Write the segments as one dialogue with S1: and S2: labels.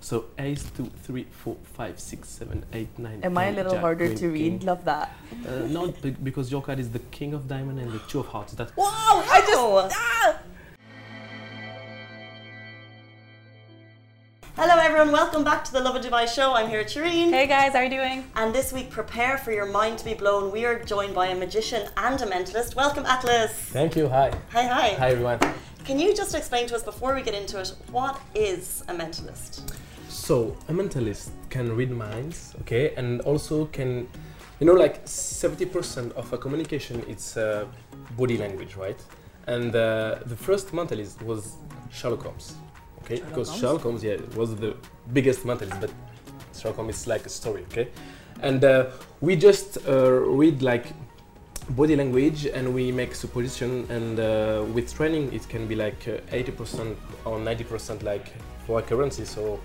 S1: So ace two, three, four, five, six, seven, eight, nine.
S2: Am I a
S1: ten,
S2: little
S1: jack,
S2: harder
S1: queen,
S2: to read?
S1: king.
S2: Love that.
S1: Uh, no, be- because your card is the king of diamond and the two of hearts. That
S2: Wow! I just. Ah!
S3: Hello, everyone. Welcome back to the Love and Dubai show. I'm here, Shireen.
S4: Hey guys, how are you doing?
S3: And this week, prepare for your mind to be blown. We are joined by a magician and a mentalist. Welcome, Atlas.
S5: Thank you. Hi.
S3: Hi, hi.
S5: Hi, everyone.
S3: Can you just explain to us before we get into it what is a mentalist?
S5: So, a mentalist can read minds, okay, and also can, you know, like 70% of a communication it's uh, body language, right? And uh, the first mentalist was Sherlock Holmes, okay, because Sherlock Holmes, yeah, was the biggest mentalist, but Sherlock Holmes is like a story, okay? And uh, we just uh, read like body language and we make supposition and uh, with training it can be like uh, 80% or 90% like for a currency so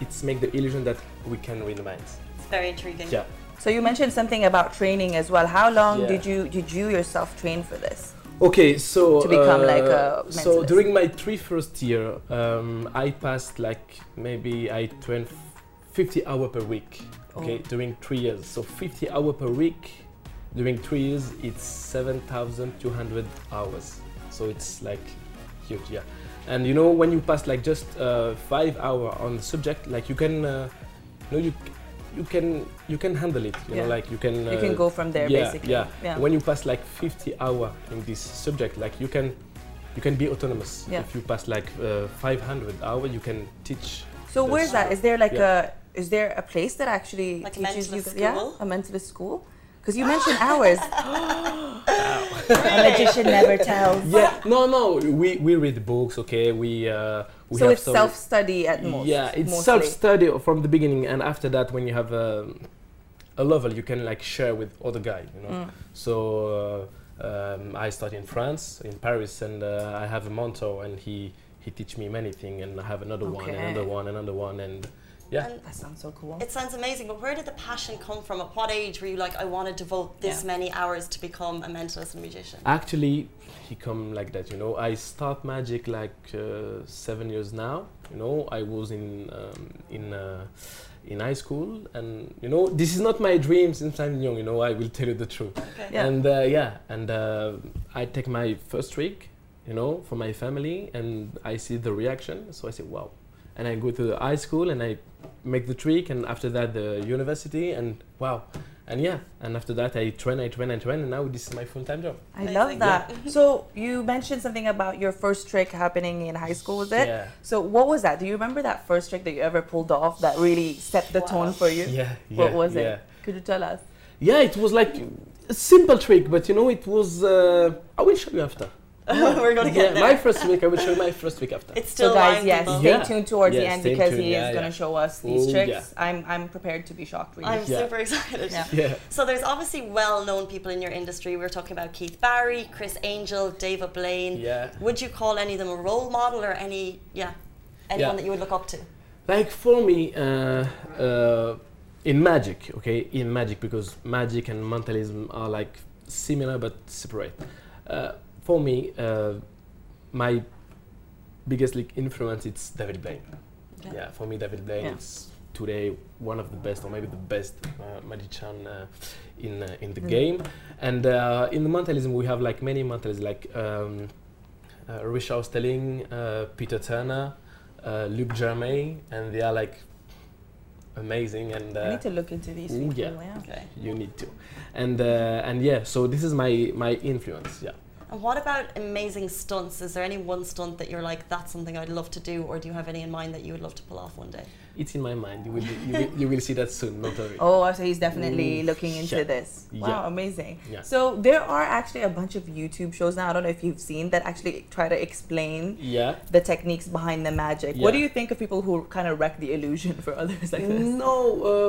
S5: it's make the illusion that we can read minds
S3: It's very intriguing.
S5: yeah
S2: So you mentioned something about training as well. How long
S5: Yeah.
S2: did you did you yourself train for this?
S5: okay so uh,
S2: To become like a
S5: so
S2: mentalist.
S5: during my three first year um, i passed like maybe i trained 50 hour per week
S2: Oh.
S5: okay during three years so 50 hour per week during three years it's 7200 hours so it's like huge yeah and you know when you pass like just uh, five hour on the subject like you can uh, you know you you can you can handle it you know
S2: Yeah.
S5: like you can uh,
S2: you can go from there
S5: yeah,
S2: basically.
S5: yeah.
S2: yeah.
S5: when you pass like 50 hour in this subject like you can you can be autonomous
S2: Yeah.
S5: if you pass like uh, 500 hour you can teach
S2: So
S5: That's
S2: where's that?
S5: true.
S2: Is there like
S5: Yeah.
S2: a is there a place that actually
S3: Like a
S2: teaches you?
S3: mentalist
S2: Yeah,
S3: school?
S2: a mentalist school. Because you mentioned hours.
S4: A magician never tells.
S5: yeah no no we we read books okay we uh we
S2: so
S5: have
S2: it's
S5: some-
S2: self study at most.
S5: yeah it's
S2: mostly.
S5: self-study from the beginning and after that when you have um, a level you can like share with other guy you know
S2: Mm.
S5: So uh, um, I study in France, in Paris, and uh, I have a mentor, and he he teach me many things, and I have another one,
S2: Okay.
S5: another one, another one, and yeah.
S3: And
S2: That sounds so cool.
S3: it sounds amazing, but where did the passion come from? At what age were you like, I want to devote this
S2: Yeah.
S3: many hours to become a mentalist and magician?
S5: Actually, he come like that, you know. I start magic like uh, seven years now. You know, I was in um, in uh, in high school, and you know, this is not my dream since I'm young. You know, I will tell you the truth.
S3: Okay.
S2: Yeah.
S5: And uh, yeah, and uh, I take my first trick, you know, for my family, and I see the reaction. So I say, wow. And I go to the high school and I make the trick, and after that, the university, and wow. And yeah, and after that, I train, I train, I train, and now this is my full time job.
S2: I love
S3: Amazing.
S2: that. so you mentioned something about your first trick happening in high school, was it?
S5: Yeah.
S2: So what was that? Do you remember that first trick that you ever pulled off that really set the
S3: Wow.
S2: tone for you?
S5: Yeah.
S2: What was
S5: yeah.
S2: it? Could you tell us?
S5: Yeah, it was like a simple trick, but you know, it was. Uh, I will show you after.
S3: we're going to
S5: Yeah,
S3: get there.
S5: my first week, I will show you my first week after.
S3: it's still
S2: So guys,
S3: lying,
S2: yes,
S3: people.
S2: stay
S5: Yeah.
S2: tuned towards the
S5: Yeah,
S2: end
S5: stay
S2: because
S5: tuned.
S2: he is
S5: Yeah,
S2: going to
S5: yeah.
S2: show us these
S5: Oh,
S2: tricks.
S5: yeah.
S2: I'm I'm prepared to be shocked really.
S3: I'm
S5: Yeah.
S3: super excited.
S2: Yeah.
S5: Yeah.
S3: So there's obviously well-known people in your industry. We are talking about Keith Barry, Chris Angel, David Blaine.
S5: Yeah.
S3: Would you call any of them a role model or any, yeah, anyone
S5: Yeah.
S3: that you would look up to?
S5: like for me uh, uh, in magic okay in magic because magic and mentalism are like similar but separate uh, for me uh, my biggest like influence it's david blaine
S3: Okay.
S5: yeah for me david blaine
S2: Yeah.
S5: is today one of the best or maybe the best uh, magician uh, in uh, in the
S2: Mm.
S5: game and uh, in the mentalism we have like many mentalists like um, uh, richard stelling uh, peter turner uh, Luke Germain, and they are like amazing, and
S2: I
S5: uh,
S2: need to look into these
S5: Ooh,
S2: people.
S5: yeah.
S2: yeah.
S3: Okay.
S5: you need to, and uh, and yeah. So this is my my influence. Yeah.
S3: And what about amazing stunts? Is there any one stunt that you're like, that's something I'd love to do, or do you have any in mind that you would love to pull off one day?
S5: It's in my mind. You will, you will, you will see that soon. Not worry.
S2: Oh, so he's definitely
S5: Ooh,
S2: looking into
S5: shit.
S2: this. Wow,
S5: Yeah.
S2: amazing.
S5: Yeah.
S2: So there are actually a bunch of YouTube shows now. I don't know if you've seen that actually try to explain
S5: Yeah.
S2: the techniques behind the magic. What do
S5: Yeah.
S2: you think of people who kind of wreck the illusion for others like
S3: Mm.
S2: this?
S5: No,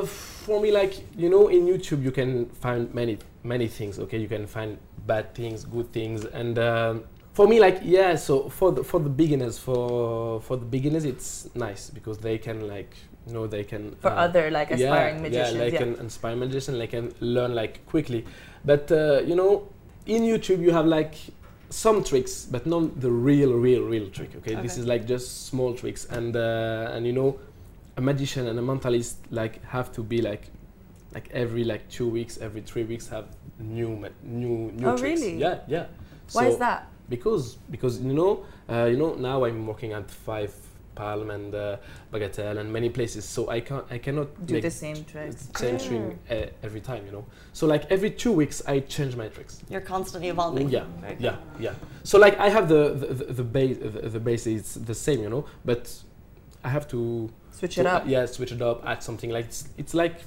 S5: uh, for me, like you know, in YouTube you can find many many things. Okay, you can find bad things, good things, and um, for me, like yeah. So for the, for the beginners, for for the beginners, it's nice because they can like you know they can
S2: For
S5: uh,
S2: other like aspiring magicians.
S5: Yeah, like an inspiring magician, like can learn like quickly. But uh, you know, in YouTube you have like some tricks, but not the real, real, real trick. Okay, this
S3: Okay.
S5: is like just small tricks, and uh, and you know, a magician and a mentalist like have to be like like every like two weeks, every three weeks have new ma- new new
S2: Oh,
S5: tricks.
S2: really?
S5: Yeah, yeah.
S2: Why is
S5: So-
S2: that?
S5: because because you know uh, you know now I'm working at Five Palm and uh, Bagatelle and many places, so I can't I cannot
S2: Do
S5: make
S2: the same tricks. Ah.
S5: same thing uh, every time, you know. So like every two weeks I change my tricks.
S3: You're constantly
S5: Oh,
S3: evolving.
S5: yeah,
S3: Very good.
S5: yeah, yeah. So like I have the the, the, the base the, the base is the same, you know, but I have to
S2: Switch
S5: to,
S2: it
S5: uh,
S2: up.
S5: yeah, switch it up, add something like it's, it's like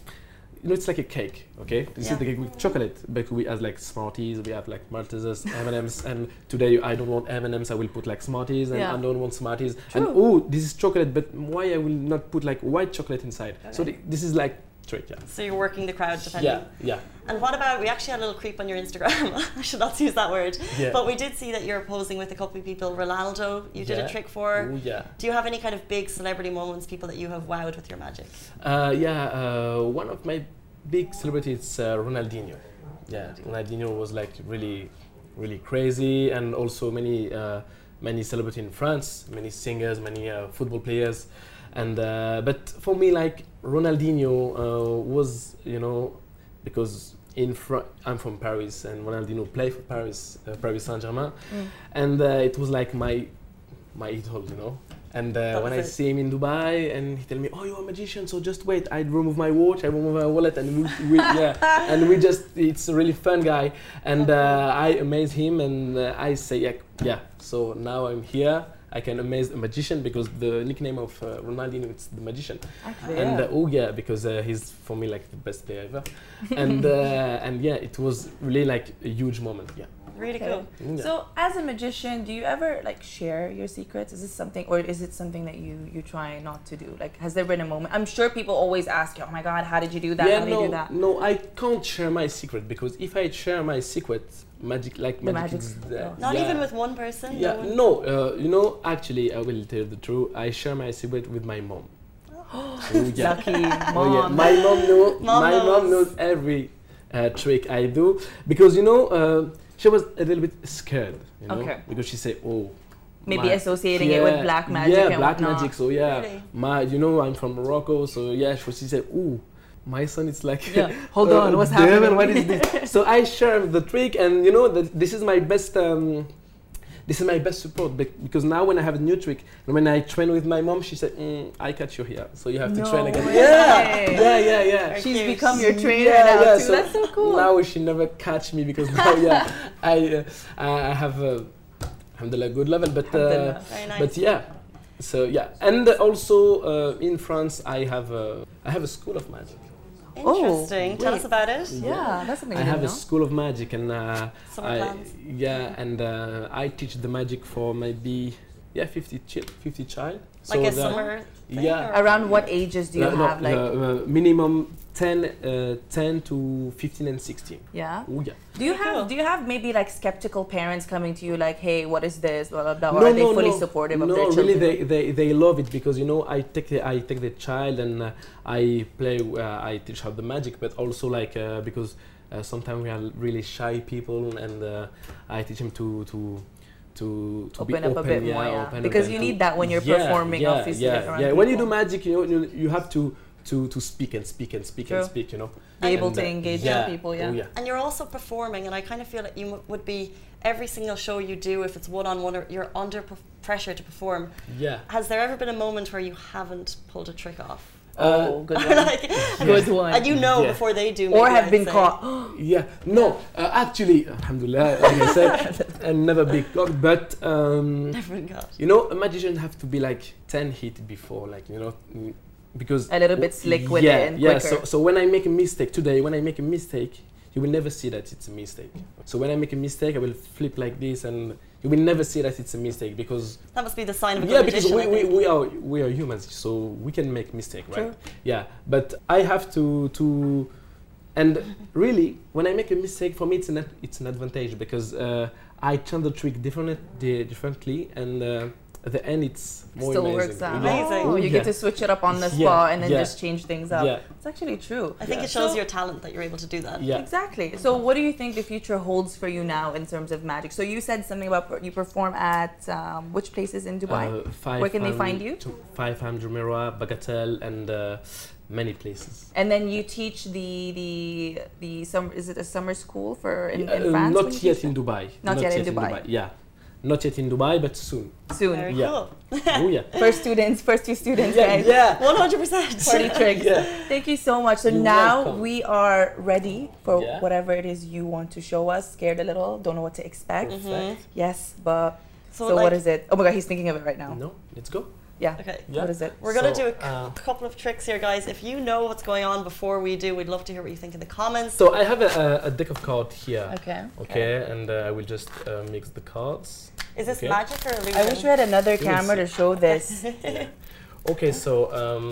S5: you know, it's like a cake. Okay, this
S3: Yeah.
S5: is the cake with chocolate, but we have like Smarties, we have like Maltesers, M and M's, and today I don't want M and M's, I will put like Smarties, and
S2: Yeah.
S5: I don't want Smarties, and
S2: True.
S5: oh, this is chocolate, but why I will not put like white chocolate inside? So
S3: Okay.
S5: th- this is like trick, yeah.
S3: So you're working the crowd, depending.
S5: Yeah, yeah,
S3: And what about we actually had a little creep on your Instagram? I should not use that word.
S5: yeah.
S3: But we did see that you're posing with a couple of people. Ronaldo, you did
S5: Yeah.
S3: a trick for.
S5: Ooh, yeah.
S3: Do you have any kind of big celebrity moments, people that you have wowed with your magic?
S5: Uh, yeah, uh, one of my big celebrities, uh, Ronaldinho. Yeah, Ronaldinho was like really, really crazy, and also many, uh, many celebrity in France, many singers, many uh, football players, and uh, but for me, like Ronaldinho uh, was, you know, because in Fr- I'm from Paris, and Ronaldinho played for Paris, uh, Paris Saint Germain,
S2: Mm.
S5: and uh, it was like my, my idol, you know. And uh,
S3: That
S5: when I
S3: was it.
S5: see him in Dubai, and he tell me, "Oh, you're a magician, so just wait. I remove my watch, I remove my wallet, and we, we yeah, and we just—it's a really fun guy." And uh, I amaze him, and uh, I say, "Yeah, yeah." So now I'm here. I can amaze a magician because the nickname of uh, Ronaldinho is the magician.
S2: Actually,
S5: And
S2: yeah.
S5: uh, oh yeah, because uh, he's for me like the best player ever. and uh, and yeah, it was really like a huge moment. Yeah.
S3: Really
S4: Okay.
S3: cool.
S5: Yeah.
S4: So,
S2: So, as a magician, do you ever like share your secrets? Is this something, or is it something that you you try not to do? Like, has there been a moment? I'm sure people always ask you, "Oh my God, how did you do that? how did
S5: no,
S2: you do that?"
S5: no, I can't share my secret because if I share my secret, magic like
S2: The
S5: magic.
S2: magic's
S5: is
S2: gone.
S5: there.
S3: Not
S5: Yeah.
S3: even with one person.
S5: Yeah,
S3: no one-
S5: no, uh, you know, actually, I will tell the truth. I share my secret with my mom. oh, yeah.
S2: Lucky mom.
S5: Oh, yeah. My mom know.
S3: Mom
S5: my mom
S3: knows.
S5: knows every uh, trick I do because you know uh, she was a little bit scared. You know,
S2: Okay.
S5: Because she said, "Oh,
S2: Maybe
S5: my-
S2: associating it with
S5: yeah,
S2: black magic
S5: Yeah,
S2: and
S5: black
S2: whatnot.
S5: magic. So yeah,
S3: Really?
S5: my you know I'm from Morocco. So yeah, she she said, "Ooh, my son is like."
S2: Yeah. Hold
S5: uh,
S2: on, what's
S5: Devin,
S2: happening?
S5: What is this? so I share the trick, and you know that this is my best. Um, this is my best support bec- because now when I have a new trick and when I train with my mom, she said, mm, "I catch you here, so you have to
S2: No
S5: train again."
S2: way.
S5: Yeah, yeah, yeah, yeah.
S3: Very
S2: She's
S3: cute.
S2: become your trainer
S5: Yeah,
S2: now
S5: yeah,
S2: too.
S5: so
S2: That's so cool.
S5: Now she never catch me because now yeah, I uh, I I have uh, alhamdulillah good level, but uh,
S2: Alhamdulillah.
S3: Very nice.
S5: but yeah, so yeah, and also uh, in France I have a, I have a school of magic.
S3: Interesting.
S2: Oh,
S3: Tell
S2: wait.
S3: us about it.
S2: yeah, that's something
S5: I
S2: I
S5: have
S2: didn't
S5: a
S2: know.
S5: school of magic, and uh,
S3: Summer
S5: I,
S3: plans.
S5: yeah, and uh, I teach the magic for maybe yeah 50 chi- 50 child.
S3: Like
S5: the-
S3: a summer. thing
S5: yeah.
S3: or-
S2: Around what ages do you
S5: No, no,
S2: have? Like,
S5: the, uh, minimum 10, uh, 10 to 15 and 16.
S2: yeah.
S5: Oh, yeah.
S2: Do you
S3: Pretty
S2: have
S3: cool.
S2: Do you have maybe like skeptical parents coming to you like, "Hey, what is this?" Blah blah blah.
S5: No,
S2: or are they
S5: no,
S2: fully
S5: no.
S2: supportive
S5: no,
S2: of their children?
S5: really, they, they, they love it because you know I take the, I take the child and uh, I play uh, I teach her the magic, but also like uh, because uh, sometimes we are really shy people and uh, I teach him to to to, to
S2: open
S5: be
S2: up
S5: open,
S2: a bit
S5: yeah,
S2: more, yeah.
S5: open,
S2: because
S5: open
S2: you
S5: to-
S2: need that when you're
S5: Yeah,
S2: performing,
S5: yeah,
S2: obviously.
S5: Yeah,
S2: like, around
S5: yeah. When you do
S2: people.
S5: magic, you know, you, you have to to to speak and speak and speak and
S2: True.
S5: speak. You know,
S2: Be able
S5: And,
S2: to
S5: uh,
S2: engage
S5: yeah.
S2: people, yeah.
S5: Oh, yeah.
S3: And you're also performing, and I kind of feel like you m- would be every single show you do, if it's one on one, you're under p- pressure to perform.
S5: Yeah.
S3: Has there ever been a moment where you haven't pulled a trick off?
S5: Uh,
S2: oh, good
S3: Or
S2: one.
S3: like,
S2: Good one.
S3: and you know
S5: Yeah.
S3: before they do.
S2: or
S3: maybe
S2: have
S3: I'd
S2: been
S3: say.
S2: caught.
S5: Yeah, no, uh, actually, alhamdulillah, like I said, and never be caught, but um,
S3: Never been caught.
S5: you know, a magician have to be like 10 hit before, like, you know, mm, because.
S2: A little bit slick with it
S5: yeah,
S2: and
S5: Yeah,
S2: quicker.
S5: so, so when I make a mistake today, when I make a mistake, you will never see that it's a mistake. So when I make a mistake, I will flip like this, and you will never see that it's a mistake because
S3: That must be the sign of a good
S5: yeah because
S3: magician,
S5: we,
S3: I
S5: we,
S3: think.
S5: we are we are humans so we can make mistake right yeah but i have to to and really when i make a mistake for me it's an ad- it's an advantage because uh, i turn the trick different di- differently and uh, at the end it's more
S2: Still
S5: amazing.
S2: works out.
S5: you know?
S3: Amazing.
S2: Oh, you
S5: Yeah.
S2: get to switch it up on the
S5: Yeah,
S2: spot and then
S5: yeah.
S2: just change things up.
S5: Yeah,
S2: It's actually true.
S3: I think
S5: Yeah.
S3: it shows
S2: So-
S3: your talent that you're able to do that.
S5: yeah.
S2: Exactly. So, what do you think the future holds for you now in terms of magic? So, you said something about per- you perform at um, which places in Dubai?
S5: Uh, five
S2: Where can they find you?
S5: Five Ham Jumeirah, Bagatelle, and uh, many places.
S2: and then you teach the the the summer is it a summer school for in,
S5: Uh,
S2: in France? When
S5: not
S2: you
S5: yet
S2: teach
S5: in Dubai.
S2: Not yet in Dubai.
S5: Yeah, not yet in Dubai, but soon.
S2: that? soon.
S3: Very
S5: Yeah.
S3: cool.
S5: oh yeah.
S2: First students, first two students, guys.
S5: yeah.
S3: 100%.
S2: Party tricks.
S5: Yeah.
S2: Thank you so much. So
S5: You're
S2: now
S5: welcome.
S2: we are ready for
S5: Yeah.
S2: whatever it is you want to show us. Scared a little, don't know what to expect.
S5: Mm-hmm.
S3: Mhm.
S2: Yes, but so,
S3: So, like,
S2: what is it? Oh my god, he's thinking of it right now.
S5: No, let's go.
S2: Yeah.
S3: Okay.
S5: Yeah.
S2: What is it?
S3: We're gonna
S5: So,
S3: do a c-
S5: uh,
S3: couple of tricks here, guys. If you know what's going on before we do, we'd love to hear what you think in the comments.
S5: So I have a, a, a deck of cards here.
S2: Okay.
S5: Okay, and uh, I will just uh, mix the cards.
S3: Is this
S5: Okay.
S3: magic or illusion?
S2: I wish we had another
S5: Yes.
S2: camera to show this.
S5: Okay, so um,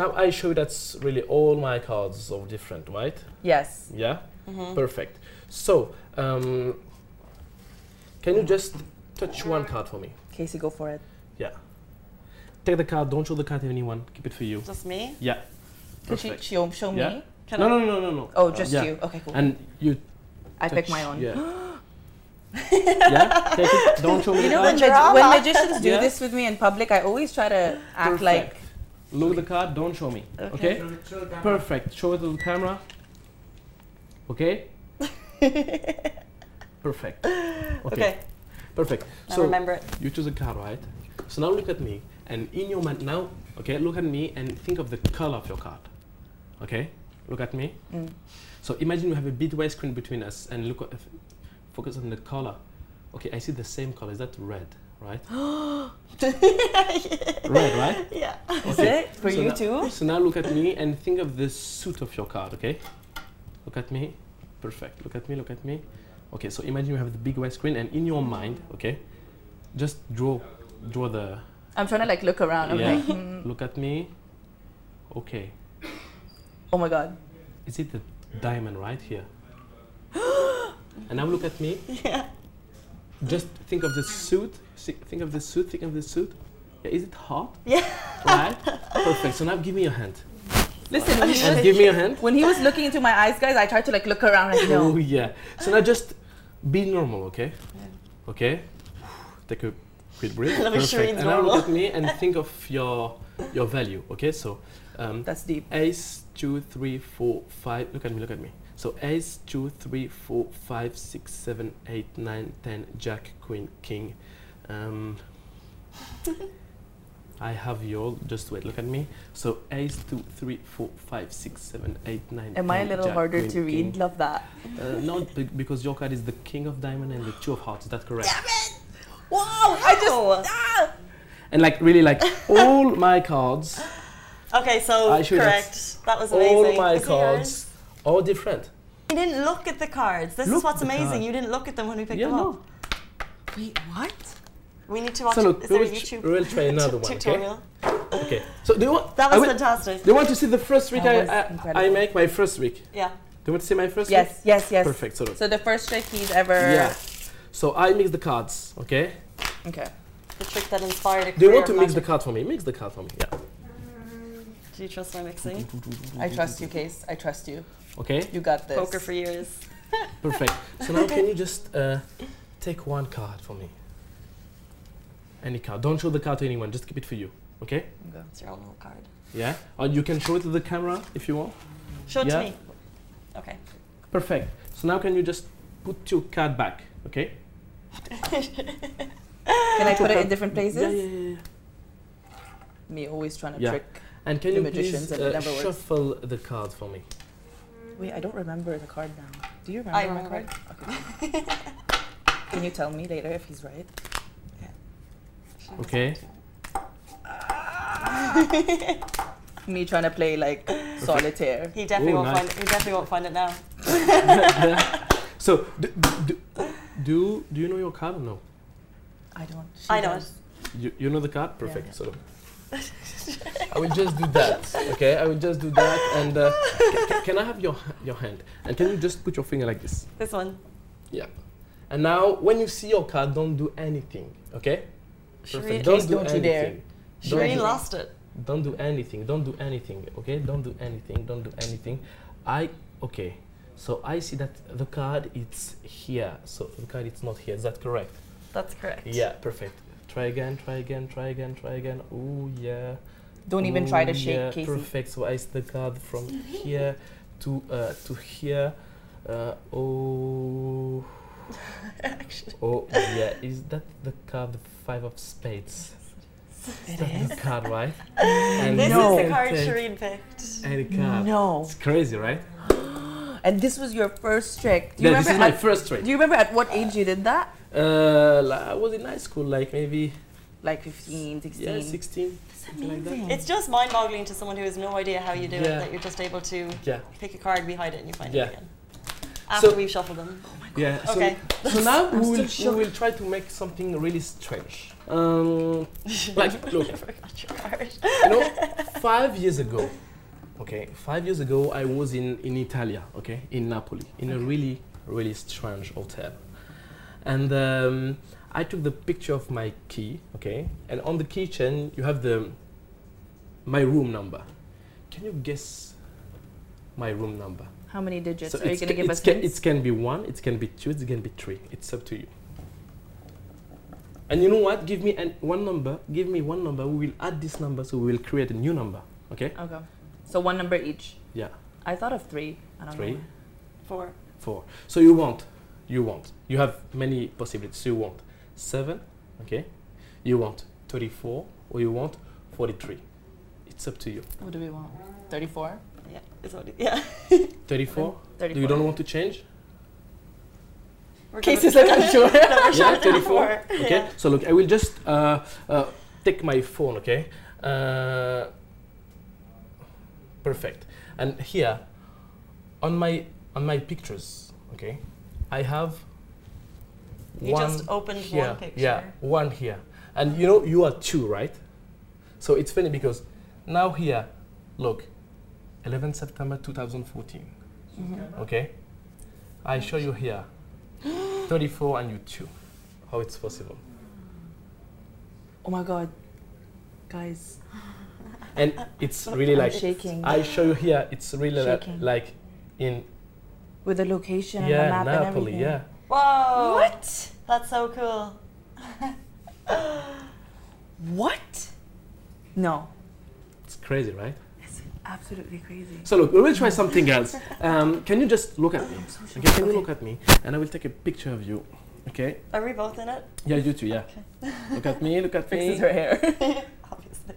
S5: now I show you that's really all my cards are different, right?
S2: Yes.
S5: Yeah?
S3: Mm-hmm.
S5: Perfect. So, um, can you just touch one card for me?
S2: Casey, go for it.
S5: Yeah. Take the card, don't show the card to anyone, keep it for you.
S3: Just me?
S5: Yeah.
S2: Could she,
S5: Perfect.
S2: she'll show me?
S5: Yeah.
S3: Can
S5: No,
S3: I?
S5: no, no, no, no.
S2: Oh, just
S5: Yeah.
S2: you. Okay, cool.
S5: And you
S2: I pick
S5: touch-
S2: my own.
S5: Yeah. yeah? Take it, don't show me
S2: You
S5: the
S2: know,
S5: card.
S2: when, magi- when magicians do
S5: Yeah.
S2: this with me in public, I always try to act
S5: Perfect.
S2: like
S5: Look the card, don't show me. Okay? Perfect. Show it to the camera. Okay? Perfect. Okay.
S3: Okay.
S5: Perfect.
S3: Now
S5: so
S3: remember it.
S5: you choose a card, right? So now look at me and in your mind now, okay, look at me and think of the color of your card. Okay? Look at me.
S2: Mm.
S5: So imagine we have a bit wide screen between us and look at focus on the color. Okay, I see the same color. Is that red, right? red, right?
S3: Yeah.
S2: Is
S5: Okay.
S2: it for
S5: So
S2: you
S5: now-
S2: too?
S5: So now look at me and think of the suit of your card, okay? Look at me. Perfect. Look at me, look at me. Okay, so imagine you have the big wide screen and in your mind, okay, just draw draw the
S2: I'm trying to like look around. I'm
S5: Yeah.
S2: like, hmm.
S5: look at me. Okay.
S2: oh my god.
S5: Is it the diamond right here? and now look at me.
S3: Yeah.
S5: Just think of the suit. See- Think of the suit. Think of the suit. Yeah, is it hot?
S3: Yeah.
S5: Right? Perfect. So now give me your hand.
S2: Listen, when he,
S5: And
S2: was,
S5: give me your hand.
S2: when he was looking into my eyes, guys, I tried to like look around and
S5: Oh
S2: know.
S5: yeah. So now just be normal, okay? Okay. Take a quick breath.
S3: Let me show you
S5: Perfect. And now
S3: normal.
S5: look at me and think of your your value. Okay. So um,
S2: That's deep.
S5: ace two three four five. Look at me. Look at me. So ace two three four five six seven eight nine ten. Jack queen king. Um, I have you all. Just wait. Look at me. So ace two three four five six seven eight nine.
S2: Am I a
S5: 10,
S2: little
S5: Jack,
S2: harder
S5: queen,
S2: to
S5: king.
S2: read? Love that.
S5: Uh, no, be- because your card is the King of Diamond and the Two of Hearts. Is that correct?
S3: Wow. I just.
S2: Ah!
S5: And like really, like all my cards,
S3: Okay, so
S5: I should have-
S3: correct. That was amazing.
S5: all my
S3: Is it yours?
S5: cards, all different.
S3: You didn't look at the cards. This
S5: Look
S3: is what's
S5: at the
S3: amazing.
S5: card.
S3: You didn't look at them when we picked
S5: Yeah,
S3: them up.
S5: no.
S2: Wait, what?
S3: We need to watch.
S5: So look,
S3: is
S5: we
S3: there a
S5: will tr-
S3: YouTube
S5: we will try another one, okay?
S3: tutorial?
S5: Okay. So do you want?
S3: That
S5: I
S3: was
S5: will-
S3: fantastic.
S5: Do you want to see the first week
S2: That
S5: I,
S2: was
S5: I, I
S2: incredible.
S5: make my first week? Do
S3: Yeah.
S5: you want to see my first
S2: Yes,
S5: week?
S2: yes, yes.
S5: Perfect. So look.
S2: So the first trick he's ever.
S5: yeah. So I mix the cards. Okay.
S2: Okay.
S3: The trick that inspired
S5: Do
S3: a
S5: you
S3: career
S5: want to
S3: of
S5: mix the
S3: magic.
S5: card for me? Mix the card for me. Yeah.
S3: Do you trust my mixing?
S2: I trust you, Case. I trust you.
S5: Okay.
S2: You got this.
S3: Poker for years.
S5: Perfect. So now can you just uh, take one card for me? Any card. Don't show the card to anyone. Just keep it for you. Okay.
S3: It's your own little card.
S5: Yeah, or you can show it to the camera if you want.
S3: Show it
S5: Yeah.
S3: to me. Okay.
S5: Perfect. So now can you just put your card back, okay?
S2: Can I put it in different places?
S5: Yeah, yeah, yeah. yeah.
S2: Me always trying to
S5: Yeah.
S2: trick.
S5: And can
S2: The
S5: you
S2: magicians,
S5: please
S2: it
S5: uh,
S2: never works.
S5: shuffle the card for me?
S2: Wait, I don't remember the card now. Do you remember
S3: I
S2: my
S3: remember.
S2: card? Okay. Can you tell me later if he's right?
S5: Okay.
S2: Me trying to play like solitaire.
S3: He definitely
S5: Ooh,
S3: won't
S5: nice.
S3: find it. He definitely won't find it now.
S5: So do do, do do you know your card or no?
S2: I don't. She
S3: I don't.
S2: does.
S5: You, you know the card? Perfect. So I will just do that, okay? I will just do that and uh, ca- ca- can I have your h- your hand? And can you just put your finger like this?
S3: This one.
S5: Yeah. And now when you see your card, don't do anything, okay? Perfect.
S3: Shireen,
S5: Don't
S2: Please
S5: do
S2: don't you
S5: anything.
S2: dare.
S5: Don't
S3: Shireen
S5: do-
S3: lost it.
S5: Don't do anything. Don't do anything. Okay. Don't do anything. Don't do anything. I okay. So I see that the card it's here. So the card it's not here. Is that correct?
S3: That's correct.
S5: Yeah. Perfect. Try again. Try again. Try again. Try again. Oh yeah.
S2: Don't even try
S5: Ooh,
S2: to shake
S5: Oh, yeah,
S2: Casey.
S5: Perfect. So I see the card from here to uh, to here. Uh, oh.
S3: Actually.
S5: Oh yeah, is that the card the five of spades? Is that the card, right? And
S3: This
S2: No.
S3: is the card
S5: take
S3: Shireen picked.
S5: Any card.
S2: No.
S5: It's crazy, right?
S2: And this was your first trick. Do you
S5: Yeah, this
S2: remember
S5: is my
S2: at,
S5: first trick.
S2: Do you remember at what age you did that?
S5: Uh, la- I was in high school, like maybe
S2: Like 15, 16.
S5: yeah, 16, something like that.
S3: It's just mind boggling to someone who has no idea how you do
S5: Mm. Yeah.
S3: it that you're just able to
S5: Yeah,
S2: Oh
S3: pick a card, we hide it, and you find
S5: Yeah.
S3: it again. After
S5: So-
S3: we've shuffled them.
S5: yeah. So,
S3: Okay.
S5: so now
S2: I'm
S5: we will,
S2: still
S5: we will try to make something really strange. Um, like look,
S3: I forgot your card.
S5: you know, five years ago, okay, five years ago, I was in, in Italia, okay, in Napoli, in a really, really strange hotel. And um, I took the picture of my key, okay, and on the keychain, you have the my room number. Can you guess my room number?
S2: How many digits
S5: So
S2: are you
S5: it's
S2: going to
S5: ca-
S2: give
S5: it's
S2: us?
S5: ca-
S2: hints?
S5: It can be one, it can be two, it can be three. It's up to you. And you know what? Give me an, one number. Give me one number. We will add this number, so we will create a new number. Okay?
S2: Okay. So one number each.
S5: Yeah.
S2: I thought of three. I don't
S5: Three,
S2: know.
S3: Four.
S5: four. So you want, you want. You have many possibilities. You want seven, okay? You want thirty-four, or you want forty-three. It's up to you.
S2: What do we want? 34?
S3: Yeah. Is what it- yeah.
S5: Thirty-four. Do
S2: 34.
S5: you don't want to change?
S3: We're good
S2: Casey's
S3: with-
S2: like, I'm sure.
S3: No, we're sure
S5: yeah,
S3: with
S5: 34.
S3: Yeah.
S5: Okay. So look, I will just uh, uh, take my phone. Okay. Uh, perfect. And here, on my on my pictures. Okay, I have.
S3: You
S5: one
S3: just opened one
S5: here, Yeah,
S3: picture.
S5: one here, and you know you are two, right? So it's funny because now here, look, 11 September 2014.
S2: Mm-hmm.
S5: Okay, I show you here, 34 and you two. How it's possible?
S2: Oh my god. Guys,
S5: And it's really
S2: I'm
S5: like
S2: shaking.
S5: I show you here. It's really li-
S2: Shaking.
S5: like in
S2: With the location and the
S5: yeah
S2: map and
S5: Napoli.
S2: everything.
S5: Yeah,
S3: Whoa. What? That's so cool.
S2: What? No.
S5: it's crazy, right?
S2: Absolutely crazy.
S5: So look, we will try something else. Um, can you just look at me? Okay, can you look at me? And I will take a picture of you. Okay.
S3: Are we both in it?
S5: Yeah, you too. Yeah. Look at me. Look at
S2: Fixes
S5: me.
S2: her hair.
S3: Obviously.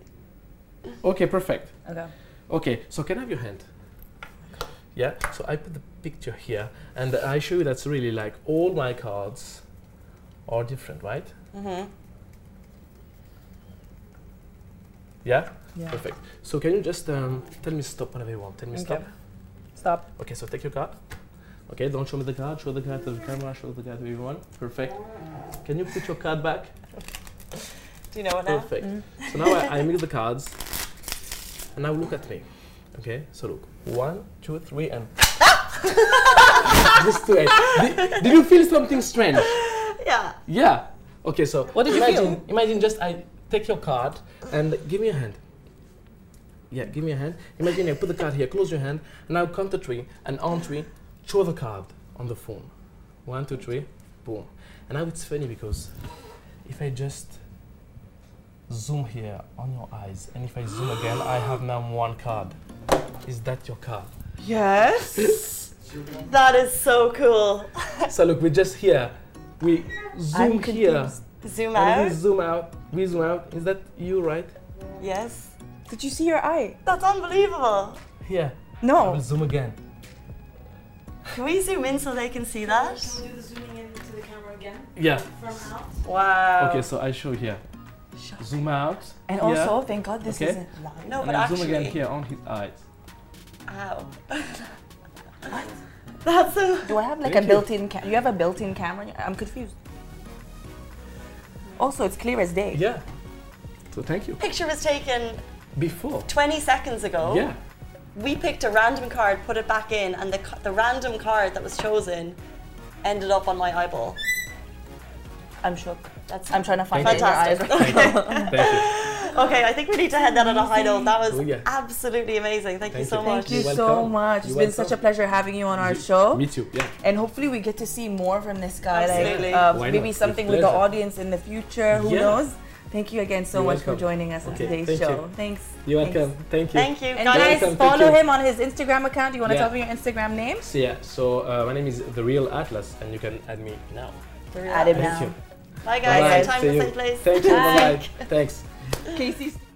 S5: Okay, perfect.
S2: okay.
S5: Okay, so can I have your hand? Yeah. So I put the picture here, and I show you that's really like all my cards are different, right?
S3: Mm-hmm.
S5: Yeah.
S2: Yeah.
S5: Perfect. So can you just um, tell me stop whenever you want? Tell me stop.
S2: Okay. Stop.
S5: Okay, so take your card. Okay, don't show me the card. Show the card to the camera. Show the card to everyone. Perfect. Can you put your card back?
S3: Do you know what now?
S5: Perfect. So now I, I mix the cards, and now look at me. Okay, so look. One, two, three, and. Just do it. Did, did you feel something strange?
S3: Yeah.
S5: Yeah. Okay, so.
S2: What did you
S5: imagine,
S2: feel?
S5: Imagine just I take your card and give me a hand. Yeah, give me a hand. Imagine I put the card here, close your hand, and now count to three, and on three, show the card on the phone. One, two, three, boom. And now it's funny because if I just zoom here on your eyes, and if I zoom again, I have now one card. Is that your card?
S2: Yes.
S3: That is so cool.
S5: So look, we're just here. We zoom here.
S2: confused.
S3: Zoom
S5: And
S3: out.
S5: we zoom out. We zoom out. Is that you, right?
S3: Yes.
S2: Did you see your eye?
S3: That's unbelievable.
S5: Here. I will
S2: No.
S5: zoom again.
S3: Can we zoom in so they can see that?
S4: do the zooming into the camera again
S5: Yeah.
S4: from out?
S3: Wow.
S5: Okay, so I show here. Zoom out.
S2: And
S5: here,
S2: also, thank God this
S5: Okay.
S2: isn't live.
S3: No,
S5: and
S3: but
S5: then
S3: actually.
S5: zoom again here on his eyes.
S3: Ow. That's so.
S2: Do I have like
S5: Thank you.
S2: a built-in camera? You have a built-in camera? in your- I'm confused. Also, it's clear as day.
S5: Yeah. So thank you.
S3: Picture was taken
S5: Before.
S3: 20 seconds ago.
S5: Yeah.
S3: We picked a random card, put it back in, and the, ca- the random card that was chosen ended up on my eyeball.
S2: I'm shook.
S3: That's
S2: I'm trying to find
S5: Thank
S2: it
S5: you.
S2: in your eyes.
S3: Fantastic.
S5: Thank you. Thank you.
S3: Okay, I think we need to head out on a high note. That was
S5: Oh, yeah.
S3: absolutely amazing. Thank, you
S5: Thank
S3: so
S5: you.
S3: much.
S2: Thank you
S5: You're
S2: so
S5: welcome.
S2: much. It's
S5: You're
S2: been such a
S5: welcome.
S2: pleasure having you on our
S5: You-
S2: show.
S5: Me too. Yeah.
S2: And hopefully we get to see more from this guy.
S3: Absolutely.
S2: Like uh,
S5: Why not?
S2: maybe
S5: With
S2: something with the
S5: pleasure.
S2: audience in the future. Who
S5: Yeah.
S2: knows? Thank you again so
S5: You're
S2: much for
S5: welcome.
S2: joining us on
S5: Okay,
S2: today's
S5: thank
S2: show.
S5: you.
S2: Thanks.
S5: You're
S2: Thanks.
S5: welcome. Thank you.
S3: Thank you,
S2: And
S3: guys.
S2: guys,
S5: Welcome, thank
S2: follow
S5: you.
S2: him on his Instagram account. You want to
S5: Yeah.
S2: tell me your Instagram name?
S5: So yeah, so uh, my name is the Real Atlas, and you can add me now.
S3: The real
S2: Add him
S5: Thank
S3: Atlas.
S2: now.
S5: you.
S3: Bye, guys.
S5: Bye.
S3: Same time,
S5: See you.
S3: same place.
S5: Thank you.
S2: Bye.
S5: Bye. Thanks.
S2: Casey.